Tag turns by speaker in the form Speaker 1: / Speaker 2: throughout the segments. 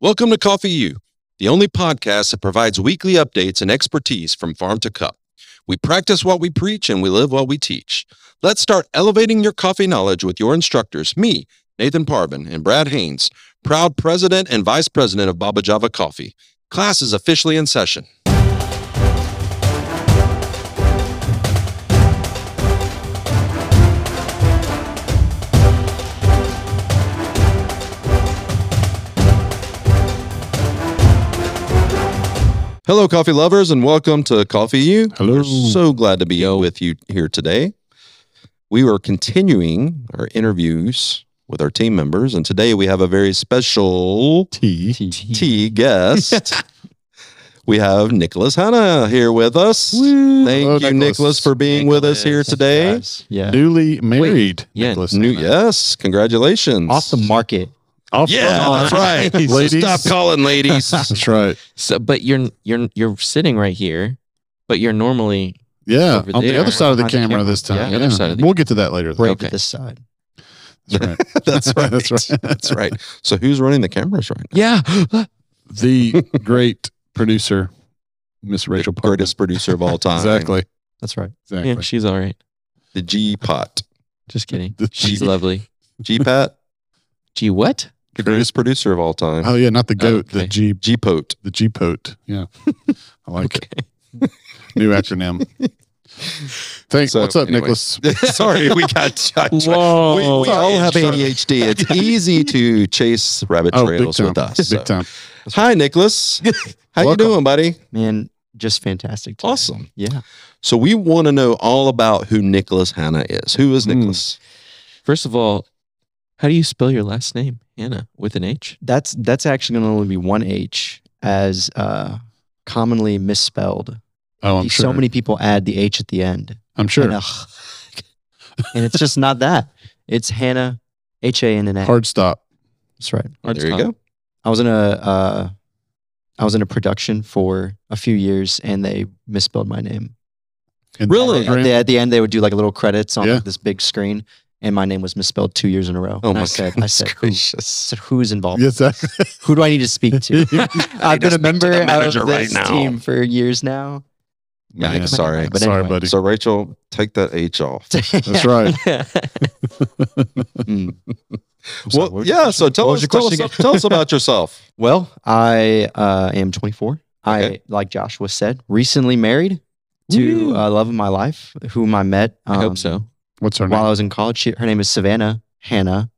Speaker 1: Welcome to Coffee U, the only podcast that provides weekly updates and expertise from farm to cup. We practice what we preach and we live what we teach. Let's start elevating your coffee knowledge with your instructors, me, Nathan Parvin, and Brad Haynes, proud president and vice president of Baba Java Coffee. Class is officially in session. Hello, coffee lovers, and welcome to Coffee U.
Speaker 2: Hello.
Speaker 1: We're so glad to be with you here today. We are continuing our interviews with our team members, and today we have a very special
Speaker 2: T.
Speaker 1: tea guest. we have Nicholas Hanna here with us. Thank
Speaker 2: Hello,
Speaker 1: you, Nicholas. for being with us here
Speaker 3: Nicholas.
Speaker 1: today.
Speaker 3: Nice. Yeah.
Speaker 2: Newly married.
Speaker 3: yeah.
Speaker 2: Nicholas.
Speaker 1: New, yes, congratulations.
Speaker 3: Off the market.
Speaker 2: Off-
Speaker 1: Yeah, that's right.
Speaker 2: Nice.
Speaker 1: So
Speaker 2: Ladies.
Speaker 1: stop calling ladies.
Speaker 2: That's right.
Speaker 3: So but you're you're you're sitting right here, but you're normally
Speaker 2: Yeah.
Speaker 3: Over
Speaker 2: on the
Speaker 3: there.
Speaker 2: other side of the
Speaker 3: On the
Speaker 2: camera,
Speaker 3: camera.
Speaker 2: this time.
Speaker 3: Yeah, the other side of the-
Speaker 2: We'll get to that later. though.
Speaker 3: right
Speaker 1: Okay.
Speaker 3: to this side.
Speaker 2: That's right.
Speaker 1: That's right.
Speaker 2: That's right.
Speaker 1: That's right. So who's running the cameras right now?
Speaker 3: Yeah.
Speaker 2: The great producer, Miss Rachel Parker.
Speaker 1: Greatest producer of all time.
Speaker 2: Exactly.
Speaker 3: That's right.
Speaker 2: Exactly.
Speaker 3: Yeah, she's all right.
Speaker 1: The G Pot.
Speaker 3: Just kidding.
Speaker 2: The-
Speaker 3: She's lovely.
Speaker 1: G Pat,
Speaker 3: Gee, what?
Speaker 1: the greatest producer of all time.
Speaker 2: Oh yeah, not the goat, the
Speaker 3: Okay.
Speaker 2: G
Speaker 1: G Pote.
Speaker 2: the G pote. Yeah. I like
Speaker 3: Okay.
Speaker 2: it. New acronym. Thanks.
Speaker 1: So,
Speaker 2: What's up,
Speaker 1: anyway.
Speaker 2: Nicholas?
Speaker 1: Sorry, we got.
Speaker 3: Whoa.
Speaker 1: Oh, We, we all have
Speaker 2: Sure.
Speaker 1: ADHD. It's easy to chase rabbit
Speaker 2: Oh, big
Speaker 1: trails with
Speaker 2: time.
Speaker 1: us.
Speaker 2: Big
Speaker 1: so.
Speaker 2: time.
Speaker 1: Hi, Nicholas. How you
Speaker 2: Welcome.
Speaker 1: doing, buddy?
Speaker 3: Man, just fantastic. today.
Speaker 1: Awesome.
Speaker 3: Yeah.
Speaker 1: So we want to know all about who Nicholas Hanna is. Who is
Speaker 2: Hmm.
Speaker 1: Nicholas?
Speaker 3: First of all, how do you spell your last name? Hannah with an H?
Speaker 4: That's that's actually going to only be one H, as uh, commonly misspelled.
Speaker 2: Oh, I'm sure.
Speaker 4: So many people add the H at the end,
Speaker 2: I'm sure.
Speaker 4: and, ugh, and it's just not that. It's Hannah, H A N N A.
Speaker 2: Hard stop.
Speaker 4: That's right.
Speaker 3: Hard
Speaker 1: there you
Speaker 3: stop.
Speaker 1: go.
Speaker 4: I was in a uh, I was in a production for a few years, and they misspelled my name.
Speaker 2: And-
Speaker 1: Really?
Speaker 4: At the, at the end, they would do like little credits on
Speaker 2: Yeah.
Speaker 4: this big screen, and my name was misspelled two years in a row.
Speaker 1: Oh
Speaker 4: and
Speaker 1: my
Speaker 4: I said, I
Speaker 1: goodness
Speaker 4: said, who? I
Speaker 1: gracious.
Speaker 4: said, who's involved?
Speaker 2: Yes. that-
Speaker 4: Who do I need to speak to? I've
Speaker 1: need to
Speaker 4: been a
Speaker 1: speak to
Speaker 4: member
Speaker 1: the
Speaker 4: of
Speaker 1: manager right
Speaker 4: this
Speaker 1: now.
Speaker 4: team for years now.
Speaker 1: Yeah,
Speaker 2: Man.
Speaker 1: sorry.
Speaker 4: But
Speaker 2: Sorry,
Speaker 4: anyway.
Speaker 2: buddy.
Speaker 1: So Rachel, take that H off.
Speaker 2: That's right.
Speaker 4: Mm.
Speaker 2: sorry,
Speaker 1: Well, yeah. So tell
Speaker 4: What
Speaker 1: us,
Speaker 4: was your
Speaker 1: tell, us,
Speaker 4: question
Speaker 1: tell us about yourself.
Speaker 4: Well, I uh, am 24.
Speaker 1: Okay.
Speaker 4: I, like Joshua said, recently married to
Speaker 3: Woo.
Speaker 4: uh, love of my life, whom I met.
Speaker 3: I hope
Speaker 4: um,
Speaker 3: so.
Speaker 2: What's her
Speaker 4: While
Speaker 2: name?
Speaker 4: I was in college, she, her name is Savannah Hannah.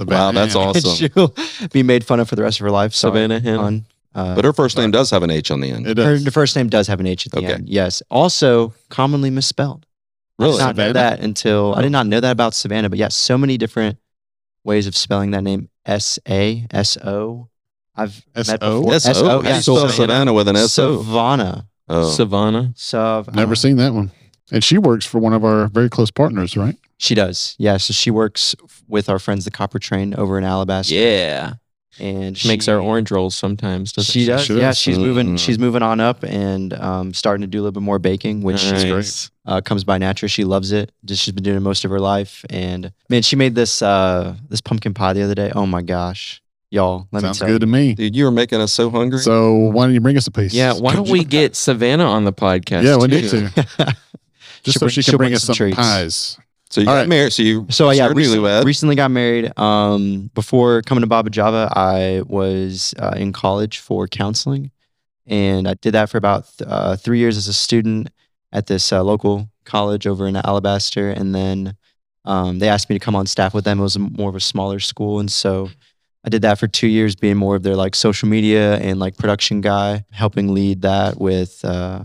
Speaker 1: Wow, that's
Speaker 2: Savannah.
Speaker 1: awesome.
Speaker 4: And she'll be made fun of for the rest of her life. So
Speaker 3: Savannah Hannah.
Speaker 4: Uh,
Speaker 1: But her first name does have an H on the end.
Speaker 2: It
Speaker 4: her,
Speaker 2: is.
Speaker 4: her first name does have an H at the
Speaker 1: Okay.
Speaker 4: end. Yes. Also, commonly misspelled. I
Speaker 1: Really? Oh.
Speaker 4: did not
Speaker 2: Savannah?
Speaker 4: know that until I did not know that about Savannah. But yeah, so many different ways of spelling that name. S A S O. I've met
Speaker 2: S.O.?
Speaker 4: before.
Speaker 1: S O.
Speaker 4: yeah.
Speaker 1: You spell Savannah with an S O.
Speaker 4: Savannah.
Speaker 1: Oh.
Speaker 3: Savannah.
Speaker 4: Sav. uh,
Speaker 2: Never seen that one. And she works for one of our very close partners, right?
Speaker 4: She does. Yeah. So she works f- with our friends, the Copper Train, over in Alabaster.
Speaker 3: Yeah.
Speaker 4: And
Speaker 3: She makes our orange rolls sometimes, doesn't
Speaker 4: She does.
Speaker 2: Sure.
Speaker 4: Yeah. She's moving.
Speaker 1: Mm.
Speaker 4: She's moving on up and um, starting to do a little bit more baking, which is
Speaker 2: Nice.
Speaker 4: great. uh, comes by natural. She loves it. Just- She's been doing it most of her life. And man, she made this uh, this pumpkin pie the other day. Oh my gosh, y'all! Let
Speaker 2: Sounds
Speaker 4: me tell
Speaker 2: good to me.
Speaker 1: Dude, you were making us so hungry.
Speaker 2: So why don't you bring us a piece?
Speaker 3: Yeah, why don't we get Savannah on the podcast?
Speaker 2: Yeah, we
Speaker 3: too?
Speaker 2: need to.
Speaker 4: you.
Speaker 2: Just
Speaker 4: She'll
Speaker 2: so
Speaker 4: bring-
Speaker 2: she
Speaker 4: she'll
Speaker 2: can bring
Speaker 4: bring
Speaker 2: us
Speaker 4: some
Speaker 2: some
Speaker 4: treats.
Speaker 2: pies.
Speaker 1: So you
Speaker 2: All
Speaker 1: got
Speaker 2: right.
Speaker 1: married. So you.
Speaker 4: so yeah,
Speaker 1: you're
Speaker 4: recent-
Speaker 1: newlywed.
Speaker 4: recently got married. Um, before coming to Baba Java, I was uh, in college for counseling, and I did that for about uh, three years as a student at this uh, local college over in Alabaster, and then um, they asked me to come on staff with them. It was a- more of a smaller school, and so I did that for two years, being more of their like social media and like production guy, helping lead that with. Uh,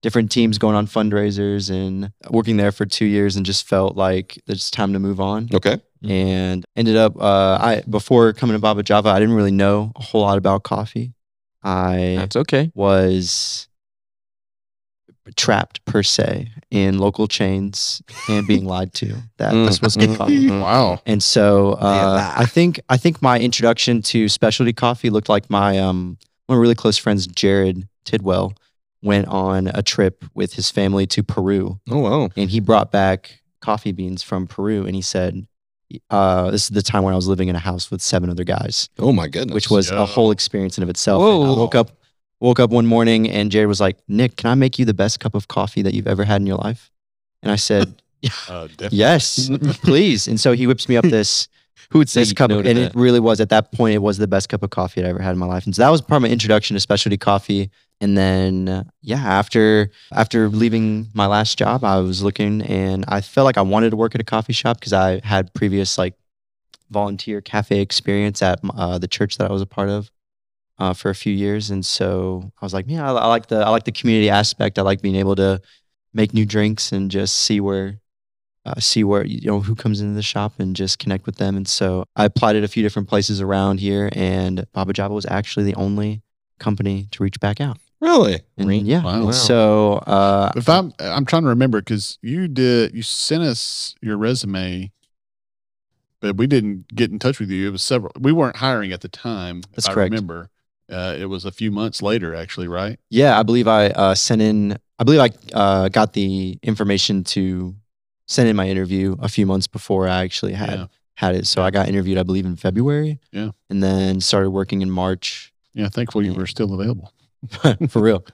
Speaker 4: different teams going on fundraisers and working there for two years and just felt like it's time to move on
Speaker 1: okay.
Speaker 4: and ended up uh, I before coming to Baba Java, I didn't really know a whole lot about coffee. I
Speaker 3: That's okay.
Speaker 4: was trapped per se in local chains and being lied to that
Speaker 1: Mm,
Speaker 4: this was
Speaker 1: mm,
Speaker 4: good coffee.
Speaker 1: mm.
Speaker 2: Wow.
Speaker 4: And so uh,
Speaker 1: Yeah.
Speaker 4: I think I think my introduction to specialty coffee looked like my um, one of my really close friends Jared Tidwell went on a trip with his family to Peru
Speaker 1: Oh wow.
Speaker 4: and he brought back coffee beans from Peru and he said, uh, this is the time when I was living in a house with seven other guys,
Speaker 1: Oh my goodness.
Speaker 4: which was
Speaker 2: Yeah.
Speaker 4: a whole experience in of itself.
Speaker 3: Whoa.
Speaker 4: And I woke up woke up one morning and Jared was like, "Nick, can I make you the best cup of coffee that you've ever had in your life?" And I said,
Speaker 5: Uh, definitely.
Speaker 4: "Yes, please." And so he whips me up this
Speaker 3: Who would say
Speaker 4: this cup, and it really was at that point it was the best cup of coffee I'd ever had in my life. And so that was part of my introduction to specialty coffee. And then uh, yeah, after after leaving my last job, I was looking and I felt like I wanted to work at a coffee shop because I had previous like volunteer cafe experience at uh, the church that I was a part of. Uh, for a few years, and so I was like, "Yeah, I, I like the I like the community aspect. I like being able to make new drinks and just see where uh, see where you know who comes into the shop and just connect with them. And so I applied at a few different places around here, and Baba Java was actually the only company to reach back out.
Speaker 1: really
Speaker 4: And
Speaker 3: Right.
Speaker 4: yeah,
Speaker 2: Wow.
Speaker 3: Wow.
Speaker 4: so uh,
Speaker 2: If I'm, I'm trying to remember because you did, you sent us your resume, but we didn't get in touch with you. It was several. We weren't hiring at the time. if
Speaker 4: That's
Speaker 2: I
Speaker 4: correct.
Speaker 2: Remember, uh, it was a few months later, actually, right?
Speaker 4: yeah, I believe I uh, sent in. I believe I uh, got the information to send in my interview a few months before I actually had
Speaker 2: Yeah.
Speaker 4: had it. So I got interviewed, I believe, in February.
Speaker 2: Yeah.
Speaker 4: and then started working in March.
Speaker 2: Yeah. Thankfully, you were still available.
Speaker 4: for real,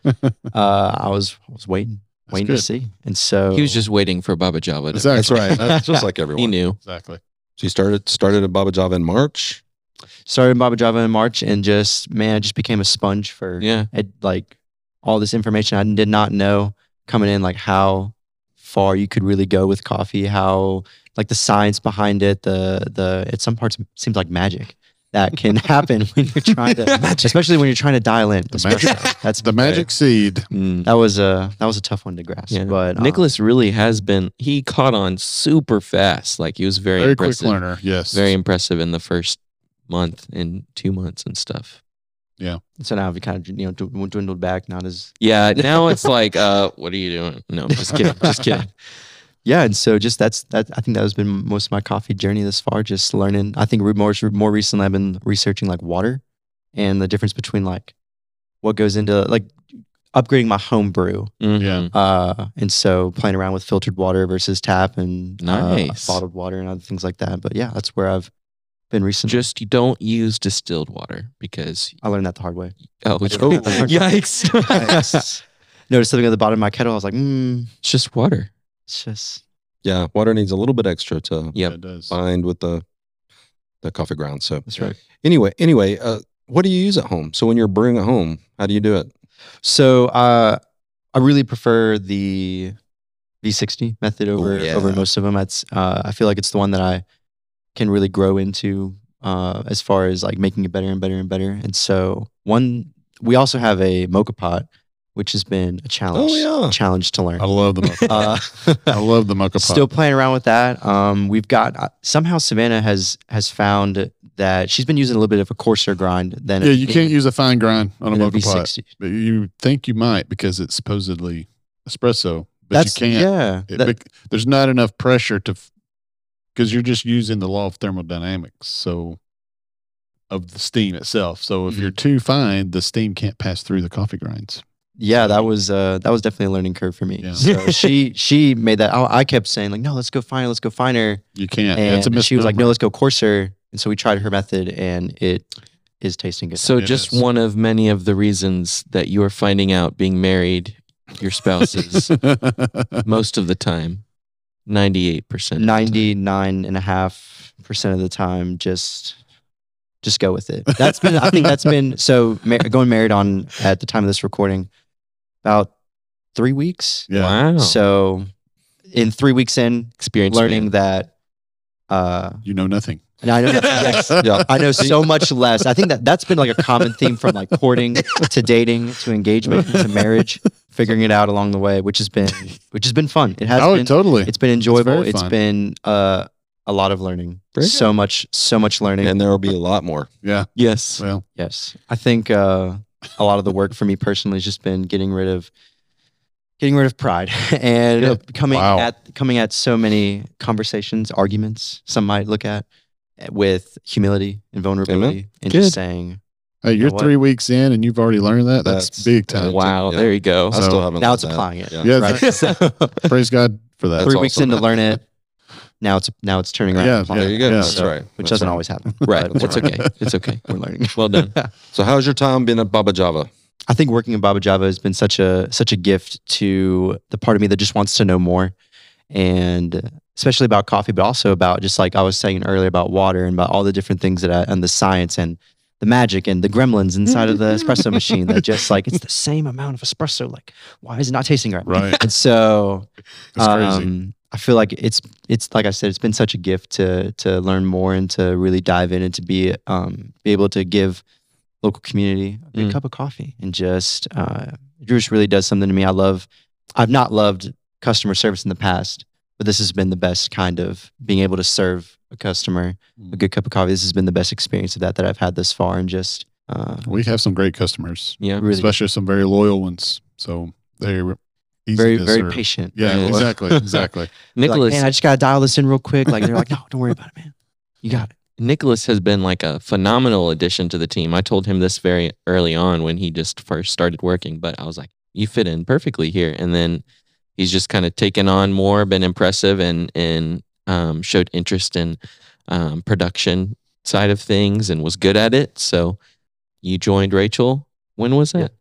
Speaker 4: uh, I was I was waiting,
Speaker 2: That's
Speaker 4: waiting
Speaker 2: good.
Speaker 4: to see, and so
Speaker 3: He was just waiting for Baba Java. To,
Speaker 2: Exactly.
Speaker 1: That's right. That's just like everyone.
Speaker 3: he knew.
Speaker 2: Exactly.
Speaker 1: So you started started at Baba Java in March.
Speaker 4: started in Baba Java in March and just man, I just became a sponge for
Speaker 3: Yeah.
Speaker 4: ed- like all this information I did not know coming in, like how far you could really go with coffee, how like the science behind it, the the at some parts it seems like magic that can happen when you're trying to, especially when you're trying to dial in.
Speaker 2: The magic,
Speaker 4: That's
Speaker 2: the magic seed.
Speaker 3: Mm.
Speaker 4: That was a that was a tough one to grasp,
Speaker 3: Yeah.
Speaker 4: but um,
Speaker 3: Nicholas really has been. He caught on super fast. Like he was very,
Speaker 2: Very quick
Speaker 3: impressive.
Speaker 2: learner. Yes.
Speaker 3: Very impressive in the first month and two months and stuff.
Speaker 4: So now we kind of you know dwind- dwindled back, not as
Speaker 3: Yeah. Now it's like, uh, what are you doing? No, just kidding. Just kidding.
Speaker 4: yeah, and so just that's that. I think that has been most of my coffee journey this far. Just learning. I think re- more more recently, I've been researching like water and the difference between like what goes into like upgrading my home brew.
Speaker 3: Mhm.
Speaker 2: Yeah.
Speaker 4: Uh, and so playing around with filtered water versus tap and uh,
Speaker 3: Nice.
Speaker 4: bottled water and other things like that. But yeah, that's where I've been recently.
Speaker 3: Just you don't use distilled water because
Speaker 4: I learned that the hard way.
Speaker 3: oh,
Speaker 1: Oh.
Speaker 3: yikes!
Speaker 4: Noticed something at the bottom of my kettle. I was like, mm,
Speaker 3: it's just water.
Speaker 4: it's just
Speaker 1: Yeah, water needs a little bit extra to
Speaker 3: Yep.
Speaker 2: It does.
Speaker 1: bind with the the coffee ground. So
Speaker 4: that's
Speaker 2: Yeah.
Speaker 4: right.
Speaker 1: anyway, anyway, uh, what do you use at home? So when you're brewing at home, how do you do it?
Speaker 4: So uh, I really prefer the V60 method over
Speaker 1: yeah.
Speaker 4: over most of them. That's uh, I feel like it's the one that I can really grow into uh, as far as like making it better and better and better. And so one we also have a mocha pot, which has been a challenge
Speaker 1: Oh, yeah.
Speaker 4: challenge to learn.
Speaker 2: I love the mocha.
Speaker 4: Uh,
Speaker 2: I love the mocha pot.
Speaker 4: still playing around with that. Um, we've got uh, somehow Savannah has has found that she's been using a little bit of a coarser grind than
Speaker 2: yeah, you can't use a fine grind on a
Speaker 4: than
Speaker 2: mocha pot.
Speaker 4: V60.
Speaker 2: But you think you might because it's supposedly espresso, but
Speaker 4: That's
Speaker 2: you can't.
Speaker 4: yeah.
Speaker 2: It
Speaker 4: that-
Speaker 2: bec- there's not enough pressure to, because you're just using the law of thermodynamics. So, of the steam itself. So if
Speaker 4: Mm-hmm.
Speaker 2: you're too fine, the steam can't pass through the coffee grinds.
Speaker 4: yeah that was uh that was definitely a learning curve for me
Speaker 2: Yeah.
Speaker 4: so she she made that I, I kept saying like no let's go finer let's go finer
Speaker 2: You can't.
Speaker 4: and
Speaker 2: it's a
Speaker 4: she was like no
Speaker 2: misnomer.
Speaker 4: let's go coarser and so we tried her method and it is tasting good
Speaker 3: So
Speaker 2: It
Speaker 3: just
Speaker 2: is.
Speaker 3: one of many of the reasons that you are finding out being married, your spouse is most of the time, ninety-eight percent.
Speaker 4: 99 and a half percent of the time just just go with it that's been i think that's been so ma- going married on at the time of this recording about three weeks
Speaker 2: yeah.
Speaker 3: Wow.
Speaker 4: so in three weeks in
Speaker 3: experience
Speaker 4: learning that uh
Speaker 2: You know nothing.
Speaker 4: and i know yes,
Speaker 1: Yeah,
Speaker 4: I know so much less. I think that that's been like a common theme from like courting to dating to engagement to marriage, figuring it out along the way, which has been which has been fun. It has
Speaker 2: oh,
Speaker 4: been
Speaker 2: totally.
Speaker 4: it's been enjoyable.
Speaker 2: very
Speaker 4: it's
Speaker 2: fun.
Speaker 4: been uh, a lot of learning.
Speaker 1: Very good.
Speaker 4: so much so much learning.
Speaker 1: and there will be a lot more.
Speaker 2: yeah.
Speaker 3: Yes.
Speaker 2: Well,
Speaker 4: yes. I think uh, a lot of the work for me personally has just been getting rid of getting rid of pride and
Speaker 2: Good.
Speaker 4: coming
Speaker 2: Wow.
Speaker 4: at coming at so many conversations, arguments some might look at with humility and vulnerability and
Speaker 3: Good.
Speaker 4: just saying
Speaker 2: hey, you're
Speaker 4: know what?
Speaker 2: three weeks in and you've already learned that. That's,
Speaker 1: That's-
Speaker 2: big time.
Speaker 3: Wow.
Speaker 1: Yeah.
Speaker 3: There you go.
Speaker 1: I
Speaker 2: So
Speaker 1: still haven't. learned
Speaker 4: now it's
Speaker 1: that.
Speaker 4: applying it.
Speaker 1: Yeah.
Speaker 2: Yeah.
Speaker 4: Right.
Speaker 2: Praise God for that.
Speaker 1: That's
Speaker 4: Three weeks
Speaker 1: awesome.
Speaker 4: in to learn it, Now it's now it's turning around.
Speaker 2: Yeah,
Speaker 4: to plummet,
Speaker 1: There you go.
Speaker 2: Yeah.
Speaker 1: That's
Speaker 4: So-
Speaker 1: right.
Speaker 4: Which
Speaker 1: That's
Speaker 4: doesn't
Speaker 1: right.
Speaker 4: always happen.
Speaker 1: Right.
Speaker 3: It's
Speaker 1: That's right.
Speaker 3: okay. It's okay.
Speaker 4: We're learning.
Speaker 3: Well done.
Speaker 1: So, how's your time been at Baba Java?
Speaker 4: I think working in Baba Java has been such a such a gift to the part of me that just wants to know more, and especially about coffee, but also about just like I was saying earlier about water and about all the different things that I, and the science and the magic and the gremlins inside of the espresso machine that just like it's the same amount of espresso. Like why is it not tasting right?
Speaker 2: Right.
Speaker 4: And so
Speaker 2: It's crazy.
Speaker 4: um, I feel like it's it's like I said, it's been such a gift to to learn more and to really dive in and to be um be able to give local community a big
Speaker 3: Mm.
Speaker 4: cup of coffee and just uh Jewish really does something to me. I love I've not loved customer service in the past, but this has been the best kind of being able to serve a customer a
Speaker 2: Mm.
Speaker 4: good cup of coffee. This has been the best experience of that that I've had this far and just uh
Speaker 2: We have some great customers,
Speaker 3: Yeah.
Speaker 4: really
Speaker 2: especially some very loyal ones. So they're easy
Speaker 4: very
Speaker 2: to
Speaker 4: very
Speaker 2: serve.
Speaker 4: patient.
Speaker 2: Yeah,
Speaker 3: Yeah.
Speaker 2: exactly, exactly.
Speaker 4: They're Like,
Speaker 3: Nicholas
Speaker 4: man, I just gotta dial this in real quick. Like they're like, no, don't worry about it, man. You got it.
Speaker 3: Nicholas has been like a phenomenal addition to the team. I told him this very early on when he just first started working, but I was like, "You fit in perfectly here." And then he's just kind of taken on more, been impressive, and and um, showed interest in um, production side of things, and was good at it. So you joined Rachel. When was
Speaker 4: Yeah.
Speaker 3: that?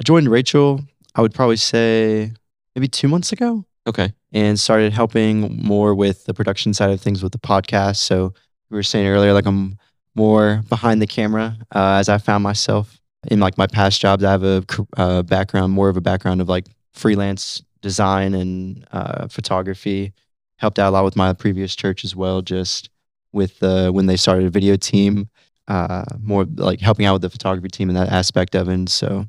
Speaker 4: I joined Rachel, I would probably say maybe two months ago,
Speaker 3: Okay.
Speaker 4: and started helping more with the production side of things with the podcast. So we were saying earlier, like I'm more behind the camera uh, as I found myself in like my past jobs. I have a cr- uh, background, more of a background of like freelance design and uh, photography. Helped out a lot with my previous church as well, just with uh, when they started a video team, uh, more like helping out with the photography team and that aspect of it. And so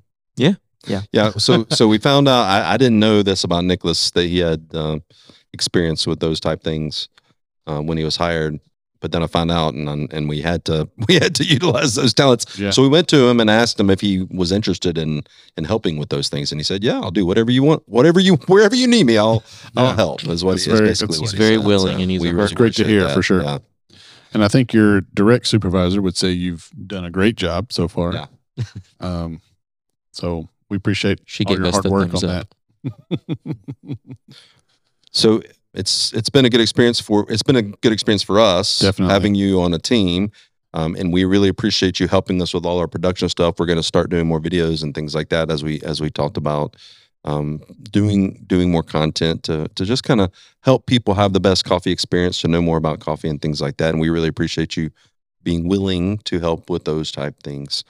Speaker 1: Yeah. So, so we found out. I, I didn't know this about Nicholas that he had uh, experience with those type things uh, when he was hired. But then I found out, and and we had to we had to utilize those talents.
Speaker 2: Yeah.
Speaker 1: So we went to him and asked him if he was interested in in helping with those things, and he said, "Yeah, I'll do whatever you want, whatever you wherever you need me, I'll I'll
Speaker 2: Yeah.
Speaker 1: help." Is what
Speaker 2: That's
Speaker 1: he is
Speaker 2: very-
Speaker 1: basically.
Speaker 2: that's-
Speaker 1: what
Speaker 3: He's
Speaker 1: he
Speaker 3: very
Speaker 1: said.
Speaker 3: willing and he's a
Speaker 1: really
Speaker 3: That's
Speaker 2: great to
Speaker 1: appreciate
Speaker 2: hear, for sure.
Speaker 1: Yeah.
Speaker 2: And I think your direct supervisor would say you've done a great job so far.
Speaker 1: Yeah.
Speaker 2: um, so we appreciate
Speaker 3: She
Speaker 2: all
Speaker 3: gave
Speaker 2: your
Speaker 3: us
Speaker 2: hard
Speaker 3: the
Speaker 2: work on
Speaker 3: thumbs up.
Speaker 2: that.
Speaker 1: So it's it's been a good experience for it's been a good experience for us
Speaker 2: Definitely.
Speaker 1: having you on a team, um, and we really appreciate you helping us with all our production stuff. We're going to start doing more videos and things like that as we as we talked about um, doing doing more content to to just kind of help people have the best coffee experience to know more about coffee and things like that. And we really appreciate you being willing to help with those type things.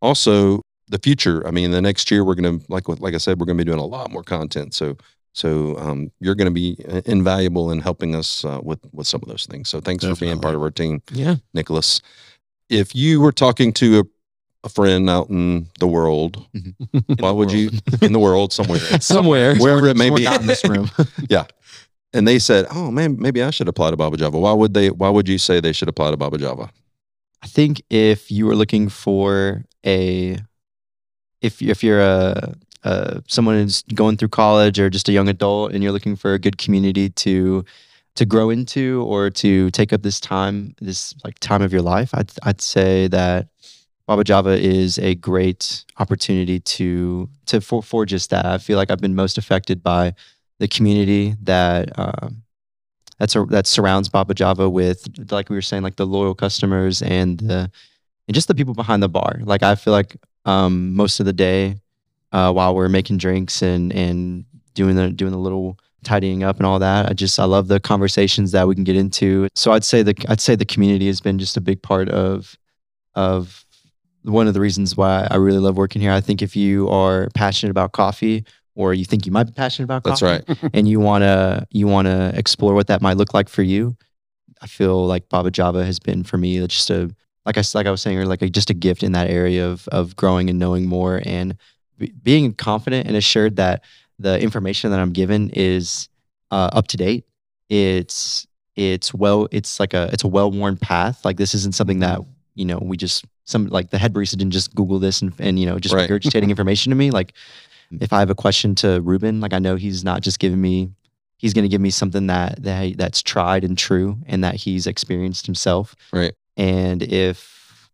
Speaker 1: Also, the future. I mean, the next year we're going to like like I said, we're going to be doing a lot more content. So so um, you're going to be uh, invaluable in helping us uh, with with some of those things. So thanks for being
Speaker 2: Definitely.
Speaker 1: part of our team,
Speaker 3: Yeah.
Speaker 1: Nicholas. If you were talking to a, a friend out in the world, why would you Mm-hmm. in the world somewhere,
Speaker 3: Somewhere.
Speaker 1: wherever it may
Speaker 4: We're
Speaker 1: be,
Speaker 4: not in this room.
Speaker 1: and they said, "Oh man, maybe I should apply to Baba Java." Why would they? Why would you say they should apply to Baba Java?
Speaker 4: I think if you are looking for a, if if you're a, a someone who's going through college or just a young adult and you're looking for a good community to to grow into or to take up this time this like time of your life, I'd I'd say that Baba Java is a great opportunity to to for, for just that. I feel like I've been most affected by the community that um, that's a, that surrounds Baba Java with, like we were saying, like the loyal customers and the and just the people behind the bar. Like I feel like um, most of the day uh, while we're making drinks and and doing the doing the little tidying up and all that, I just I love the conversations that we can get into. So I'd say the I'd say the community has been just a big part of of one of the reasons why I really love working here. I think if you are passionate about coffee or you think you might be passionate about
Speaker 1: That's
Speaker 4: coffee,
Speaker 1: right.
Speaker 4: and you want to you want to explore what that might look like for you i feel like baba java has been for me just a like i s- like i was saying earlier like a, just a gift in that area of of growing and knowing more and be- being confident and assured that the information that i'm given is uh, up to date it's it's well it's like a it's a well-worn path like this isn't something that you know we just some like the head barista didn't just google this and and you know just
Speaker 1: Right.
Speaker 4: regurgitating information to me like if i have a question to ruben like i know he's not just giving me he's going to give me something that that that's tried and true and that he's experienced himself
Speaker 1: Right.
Speaker 4: and if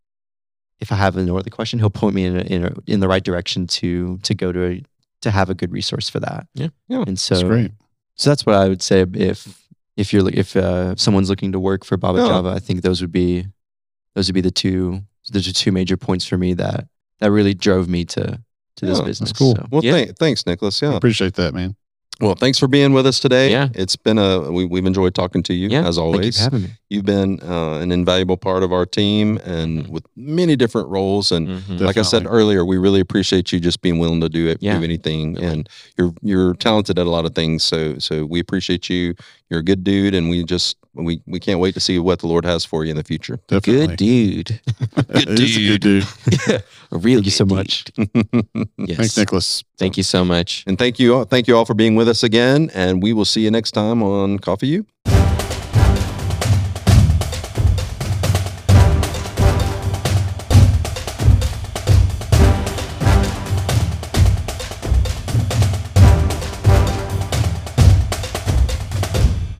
Speaker 4: if i have another question he'll point me in a, in, a, in the right direction to to go to a, to have a good resource for that
Speaker 3: Yeah.
Speaker 1: Yeah.
Speaker 4: and so
Speaker 2: That's great.
Speaker 4: so that's what I would say if if you're look- if uh, someone's looking to work for Baba
Speaker 1: Yeah.
Speaker 4: Java, I think those would be those would be the two those are two major points for me that that really drove me to to this
Speaker 1: Yeah, that's
Speaker 4: business.
Speaker 2: cool.
Speaker 4: So,
Speaker 1: Well,
Speaker 3: Yeah.
Speaker 1: thank thanks, Nicholas. Yeah.
Speaker 2: Appreciate that, man.
Speaker 1: Well, thanks for being with us today.
Speaker 3: Yeah.
Speaker 1: It's been a we, we've enjoyed talking to you
Speaker 3: Yeah.
Speaker 1: as
Speaker 4: thank you
Speaker 1: always.
Speaker 4: for having me.
Speaker 1: You've been uh, an invaluable part of our team and
Speaker 3: Mhm.
Speaker 1: with many different roles and
Speaker 3: Mhm.
Speaker 1: like I said
Speaker 2: Definitely.
Speaker 1: earlier, we really appreciate you just being willing to do it,
Speaker 3: Yeah.
Speaker 1: do anything,
Speaker 3: Really.
Speaker 1: and you're you're talented at a lot of things. So so we appreciate you. You're a good dude, and we just we we can't wait to see what the Lord has for you in the future.
Speaker 2: Definitely.
Speaker 3: Good dude.
Speaker 2: It is a good dude.
Speaker 3: A real
Speaker 4: Thank you so
Speaker 3: good
Speaker 4: much.
Speaker 3: dude.
Speaker 1: and
Speaker 3: Yes.
Speaker 2: Thanks, Nicholas.
Speaker 3: Thank you so much.
Speaker 1: thank you all, thank you all for being with us again, and we will see you next time on Coffee U.